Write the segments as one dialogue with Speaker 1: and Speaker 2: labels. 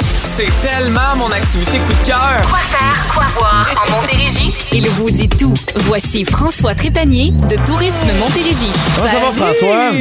Speaker 1: C'est tellement mon activité coup de cœur.
Speaker 2: Quoi faire, quoi voir en Montérégie? Il vous dit tout. Voici François Trépanier de Tourisme Montérégie.
Speaker 3: Comment ça va,
Speaker 4: Salut!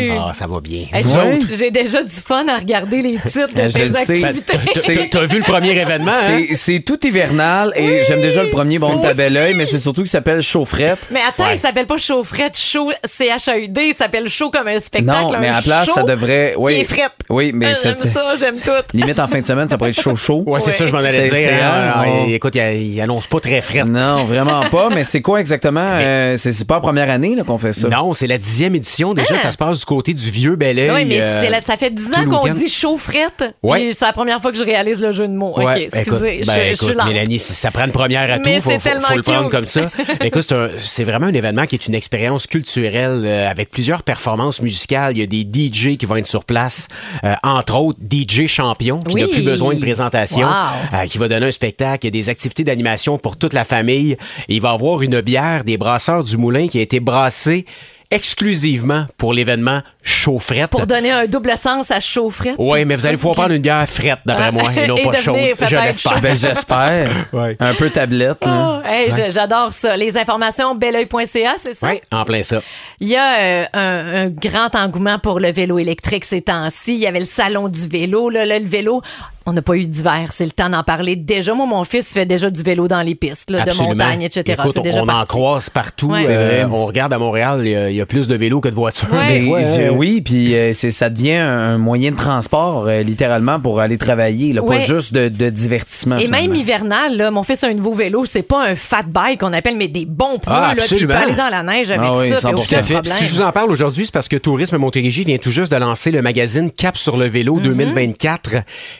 Speaker 3: François?
Speaker 1: Ah, ça va bien.
Speaker 4: Hey,
Speaker 3: Nous
Speaker 4: j'ai-
Speaker 3: autres.
Speaker 4: J'ai déjà du fun à regarder les titres de
Speaker 3: Ben, je
Speaker 4: tes
Speaker 3: le sais.
Speaker 4: activités.
Speaker 3: Ben, t'as-
Speaker 4: C'est-
Speaker 3: t'as-
Speaker 5: T'as vu le premier
Speaker 4: Ah,
Speaker 5: événement, hein?
Speaker 3: C'est- C'est tout hivernal et j'aime déjà le premier bon
Speaker 4: Moi
Speaker 3: de bel oeil, mais c'est surtout qu'il s'appelle Chaufferette.
Speaker 4: Mais attends, il s'appelle pas chaufferette, chaud C-H-A-U-D, il s'appelle chaud comme un spectacle.
Speaker 3: Non,
Speaker 4: un
Speaker 3: mais à la place,
Speaker 4: show
Speaker 3: ça devrait.
Speaker 4: qui
Speaker 3: Oui,
Speaker 4: est frette.
Speaker 3: Oui, mais
Speaker 4: Ah,
Speaker 3: c'est.
Speaker 4: J'aime ça, j'aime tout.
Speaker 3: Limite en fin de semaine, ça pourrait être chaud chaud.
Speaker 5: Ouais, c'est
Speaker 4: Ouais.
Speaker 5: ça, je m'en allais
Speaker 3: C'est-
Speaker 5: dire.
Speaker 3: c'est
Speaker 5: hein.
Speaker 3: rare,
Speaker 5: Ouais,
Speaker 3: on-
Speaker 5: Écoute, il, il annonce pas très fret.
Speaker 3: Non, vraiment pas. Mais c'est quoi exactement? Euh, c'est c'est pas la première année là, qu'on fait ça.
Speaker 5: Non, c'est la dixième édition. Déjà, ça se passe du côté du vieux bel
Speaker 4: Ah. Oui, mais
Speaker 3: euh,
Speaker 4: c'est la- ça fait 10 ans
Speaker 5: le
Speaker 4: qu'on
Speaker 5: week-end.
Speaker 4: dit chaufferette.
Speaker 5: Ouais.
Speaker 4: Puis c'est la première fois que je réalise le jeu de mots. OK, excusez, je,
Speaker 5: écoute, ben,
Speaker 4: je
Speaker 5: écoute,
Speaker 4: suis lente.
Speaker 5: Mélanie, si ça prend une première à
Speaker 4: Mais
Speaker 5: tout, faut,
Speaker 4: c'est
Speaker 5: faut-
Speaker 4: tellement
Speaker 5: faut le prendre
Speaker 4: cute.
Speaker 5: comme ça. Ben, écoute, c'est un- c'est vraiment un événement qui est une expérience culturelle euh, avec plusieurs performances musicales. Il y a des DJ qui vont être sur place, euh, entre autres DJ Champion, qui n'a
Speaker 4: Oui.
Speaker 5: plus besoin de présentation,
Speaker 4: Wow.
Speaker 5: euh, qui va donner un spectacle. Il y a des activités d'animation pour toute la famille. Et il va avoir une bière des brasseurs du Moulin qui a été brassée exclusivement pour l'événement Chaufferette.
Speaker 4: Pour donner un double sens à chaufferette.
Speaker 5: Oui, mais vous allez pouvoir prendre une bière frette, d'après
Speaker 4: Ah.
Speaker 5: moi, et non
Speaker 4: Et
Speaker 5: pas chaude.
Speaker 4: devenir
Speaker 5: Je
Speaker 4: peut-être
Speaker 5: l'espère.
Speaker 4: chaud.
Speaker 3: Ben, j'espère.
Speaker 5: Ouais.
Speaker 3: Un peu tablette. là.
Speaker 4: Ah, hey, je- J'adore ça. Les informations, belœil.ca, c'est ça?
Speaker 5: Oui, en plein ça.
Speaker 4: Il y a euh, un, un grand engouement pour le vélo électrique ces temps-ci. Il y avait le salon du vélo. Là, là, le vélo, on n'a pas eu d'hiver. C'est le temps d'en parler. Déjà, moi, mon fils fait déjà du vélo dans les pistes là, de
Speaker 5: Absolument.
Speaker 4: montagne, etc.
Speaker 5: Écoute,
Speaker 4: C'est déjà
Speaker 5: on en
Speaker 4: parti.
Speaker 5: croise partout.
Speaker 4: Ouais. C'est
Speaker 5: Euh, on regarde à Montréal, il y a- il y, a plus de vélos que de voitures.
Speaker 4: Ouais.
Speaker 3: Et
Speaker 5: Des fois,
Speaker 3: je-
Speaker 5: euh,
Speaker 3: oui, puis euh, c'est- ça devient un moyen de transport, euh, littéralement, pour aller travailler, là,
Speaker 4: Ouais.
Speaker 3: pas juste de, de divertissement.
Speaker 4: Et
Speaker 3: finalement.
Speaker 4: même hivernal, là, mon fils a un nouveau vélo. C'est pas un fat bike qu'on appelle, mais des bons pneus.
Speaker 5: Ah,
Speaker 4: là, puis il peut
Speaker 5: absolument.
Speaker 4: aller dans la neige avec
Speaker 3: Ah oui,
Speaker 4: ça. puis
Speaker 3: 100%.
Speaker 4: aucun
Speaker 3: Tout à fait.
Speaker 4: problème.
Speaker 5: Si je vous en parle aujourd'hui, c'est parce que Tourisme Montérégie vient tout juste de lancer le magazine Cap sur le vélo 2024,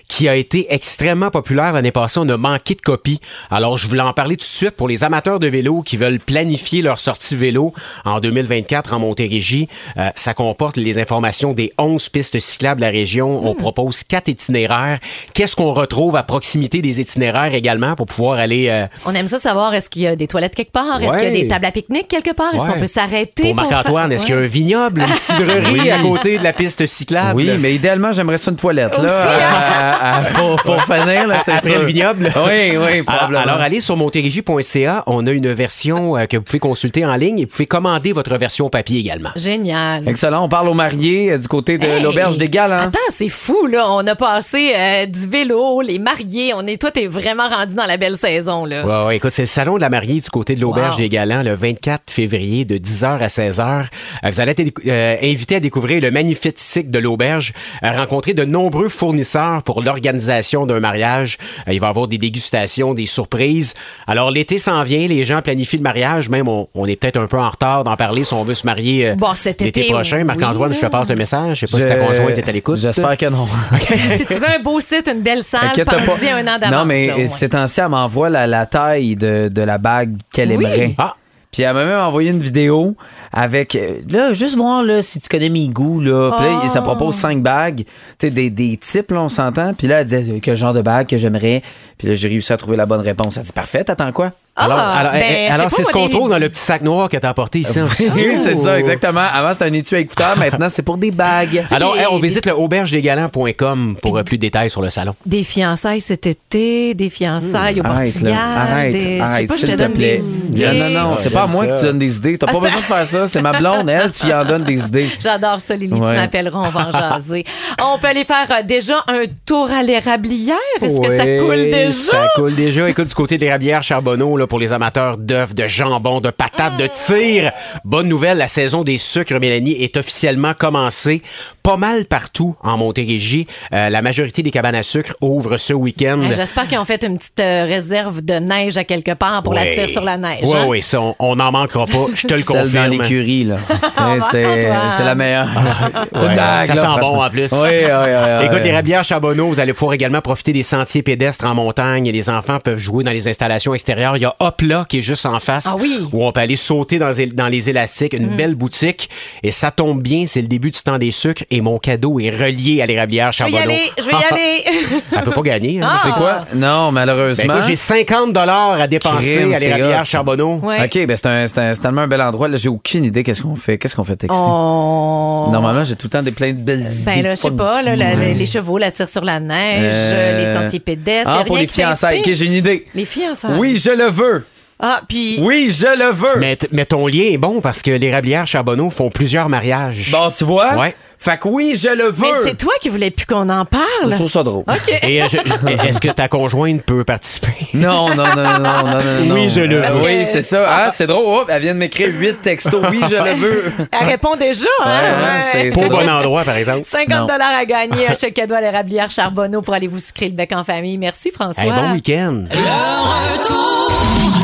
Speaker 5: qui a été extrêmement populaire l'année passée. On a manqué de copies. Alors, je voulais en parler tout de suite pour les amateurs de vélo qui veulent planifier leur sortie vélo en 2024 en Montérégie. Euh, ça comporte les informations des 11 pistes cyclables de la région. On propose quatre itinéraires. Qu'est-ce qu'on retrouve à proximité des itinéraires également pour pouvoir aller euh,
Speaker 4: On aime ça savoir est-ce qu'il y a des toilettes quelque part, est-ce qu'il y a
Speaker 5: Ouais.
Speaker 4: des tables à pique-nique quelque part, est-ce
Speaker 5: Ouais.
Speaker 4: qu'on peut s'arrêter
Speaker 5: pour Marc-Antoine?
Speaker 4: faire-
Speaker 5: Est-ce qu'il y a un
Speaker 4: Ouais.
Speaker 5: vignoble, une cidrerie à côté de la piste cyclable?
Speaker 3: Ah Oui, mais idéalement, j'aimerais ça une toilette, là. à- à- à- pour, pour finir, là, c'est
Speaker 5: Après
Speaker 3: sûr.
Speaker 5: le vignoble.
Speaker 3: Oui, oui, probablement.
Speaker 5: Alors, alors, allez sur montérégie.ca. On a une version euh, que vous pouvez consulter en ligne et vous pouvez commander votre version papier également.
Speaker 4: Génial.
Speaker 3: Excellent. On parle aux mariés euh, du côté de
Speaker 4: Hey!
Speaker 3: l'auberge des hein. Galants.
Speaker 4: Attends, c'est fou, là. On a passé euh, du vélo, les mariés. On est, toi, t'es vraiment rendu dans la belle saison, là.
Speaker 5: Ouais, ouais, écoute, c'est le salon de la mariée du côté de l'Auberge
Speaker 4: Wow.
Speaker 5: des Galants le 24 février de 10h à 16h. Euh, Vous allez être euh, invité à découvrir le magnifique cycle de l'Auberge, à rencontrer de nombreux fournisseurs pour l'organisation d'un mariage. Euh, Il va y avoir des dégustations, des surprises. Alors, l'été s'en vient, les gens planifient le mariage, même on, on est peut-être un peu en retard d'en parler si on veut se marier euh,
Speaker 4: Bon, cet
Speaker 5: l'été
Speaker 4: été,
Speaker 5: prochain.
Speaker 4: oui,
Speaker 5: Marc-Antoine, je te passe le message. Je sais pas si ta
Speaker 3: Je-
Speaker 5: conjointe est à l'écoute.
Speaker 3: J'espère que non.
Speaker 4: si tu veux un beau site, une belle salle,
Speaker 3: Inquiète
Speaker 4: pense-y un an d'avance.
Speaker 3: Non, mais
Speaker 4: là,
Speaker 3: euh,
Speaker 4: ouais.
Speaker 3: ces temps-ci, elle m'envoie la, la taille de, de la bague qu'elle
Speaker 4: Oui.
Speaker 3: aimerait.
Speaker 5: Ah.
Speaker 3: Puis elle m'a même envoyé une vidéo avec. euh, Là, juste voir là, si tu connais mes goûts. Là. Puis là,
Speaker 4: Oh.
Speaker 3: ça propose cinq bagues. Tu sais, des, des types, là, on s'entend. Puis là, elle disait euh, quel genre de bague que j'aimerais. Puis là, j'ai réussi à trouver la bonne réponse. Elle dit parfait, t'attends quoi?
Speaker 5: Alors,
Speaker 4: Ah,
Speaker 5: alors,
Speaker 4: ben,
Speaker 5: eh, eh,
Speaker 4: je sais
Speaker 5: alors,
Speaker 4: pas,
Speaker 5: c'est
Speaker 4: moi,
Speaker 5: ce qu'on
Speaker 4: des-
Speaker 5: trouve dans le petit sac noir que t'as apporté ici.
Speaker 3: Oui, c'est
Speaker 4: Oh.
Speaker 3: ça, exactement. Avant, c'était un étui à écouteurs. Maintenant, c'est pour des bagues.
Speaker 5: Alors,
Speaker 4: des-
Speaker 5: hey, on
Speaker 4: des-
Speaker 5: visite le aubergesgalants.com pour euh, plus de détails sur le salon.
Speaker 4: Des fiançailles cet été, des fiançailles au
Speaker 3: Mmh. Arrête,
Speaker 4: Portugal.
Speaker 3: là. arrête,
Speaker 4: des- je sais
Speaker 3: arrête,
Speaker 4: pas, je te
Speaker 3: s'il te
Speaker 4: donne
Speaker 3: plaît.
Speaker 4: des
Speaker 3: Non,
Speaker 4: idées. Ah,
Speaker 3: non, non, c'est pas à moi que tu donnes des idées. T'as pas besoin de faire ça. C'est ma blonde, elle, tu y en donnes des idées.
Speaker 4: J'adore ça, Lily. Tu
Speaker 3: Ouais.
Speaker 4: m'appelleras, on va en jaser. on peut aller faire euh, déjà un tour à l'érablière. Est-ce que ça
Speaker 5: Ouais,
Speaker 4: coule déjà?
Speaker 5: Ça coule déjà. Écoute, du côté des rabières Charbonneau, là, pour les amateurs d'œufs, de jambon, de patates, de tir. Bonne nouvelle, la saison des sucres, Mélanie, est officiellement commencée. Pas mal partout en Montérégie. Euh, la majorité des cabanes à sucre ouvrent ce week-end.
Speaker 4: Ah, J'espère qu'ils ont fait une petite euh, réserve de neige à quelque part pour la tirer sur la neige.
Speaker 5: Oui,
Speaker 4: hein?
Speaker 5: oui, ça, on- on n'en manquera pas. Je te le
Speaker 3: Celle
Speaker 5: confirme. Ah,
Speaker 3: dans l'écurie, là. Hey, c'est
Speaker 4: Marc-Antoine.
Speaker 3: c'est la meilleure. C'est une
Speaker 5: Ouais.
Speaker 3: blague,
Speaker 5: Ça
Speaker 3: là,
Speaker 5: sent
Speaker 3: franchement.
Speaker 5: bon, en plus.
Speaker 3: Oui, oui, oui. oui.
Speaker 5: Écoute, les Rabières Charbonneau, vous allez pouvoir également profiter des sentiers pédestres en montagne. Les enfants peuvent jouer dans les installations extérieures. Il y a a Hopla qui est juste en face,
Speaker 4: Ah oui. Mm.
Speaker 5: où on peut aller sauter dans, les él- dans les élastiques, une belle boutique. Et ça tombe bien, c'est le début du temps des sucres et mon cadeau est relié à l'érablière
Speaker 4: Je vais y
Speaker 5: Charbonneau.
Speaker 4: aller, Ah! je vais y aller.
Speaker 5: Elle peut pas gagner. hein.
Speaker 3: C'est quoi? Non,
Speaker 5: Ben,
Speaker 3: malheureusement.
Speaker 5: écoute, j'ai 50 à dépenser
Speaker 3: Crime, c'est hot,
Speaker 5: à
Speaker 3: ça.
Speaker 5: l'érablière Charbonneau.
Speaker 4: Ouais.
Speaker 3: OK, ben c'est un- c'est un- c'est tellement un bel endroit. Là, j'ai aucune idée qu'est-ce qu'on fait. Qu'est-ce qu'on fait texter?
Speaker 4: On-
Speaker 3: Normalement, j'ai tout le temps des plein de belles idées.
Speaker 4: Oh. Ben là, je sais pas, là, la- la- les chevaux, la tire sur la neige,
Speaker 3: Euh,
Speaker 4: les sentiers pédestres. y a
Speaker 3: Ah,
Speaker 4: rien
Speaker 3: pour les
Speaker 4: qui
Speaker 3: fiançailles. OK,
Speaker 4: t'inspire.
Speaker 3: j'ai une idée.
Speaker 4: Les fiançailles.
Speaker 3: Oui, je le veux.
Speaker 4: Ah, puis.
Speaker 3: Oui, je le veux.
Speaker 5: Mais, t- mais ton lien est bon parce que l'érablière Charbonneau font plusieurs mariages.
Speaker 3: Bon, tu vois?
Speaker 5: Ouais.
Speaker 3: Fait que oui, je le veux.
Speaker 4: Mais c'est toi qui voulais plus qu'on en
Speaker 3: Je
Speaker 4: parle.
Speaker 3: trouve ça drôle.
Speaker 5: Et euh, je- je- est-ce que ta conjointe peut participer?
Speaker 3: Non, non, non, non, non, non, non, non.
Speaker 5: Oui, je le
Speaker 3: Euh,
Speaker 5: veux.
Speaker 3: Oui, c'est ça. Ah, c'est drôle. Oh, elle vient de m'écrire huit textos. Oui, je le veux. Ouais,
Speaker 4: Elle répond déjà, hein?
Speaker 3: hein, c'est-
Speaker 5: Pas
Speaker 3: c'est
Speaker 5: au bon
Speaker 3: drôle.
Speaker 5: endroit, par exemple.
Speaker 4: 50
Speaker 3: Non.
Speaker 4: dollars à gagner, un chèque cadeau à l'érablière
Speaker 3: Eh,
Speaker 4: Charbonneau pour aller vous sucrer le bec en famille. Merci, François.
Speaker 5: Hey, bon week-end.
Speaker 2: Le retour.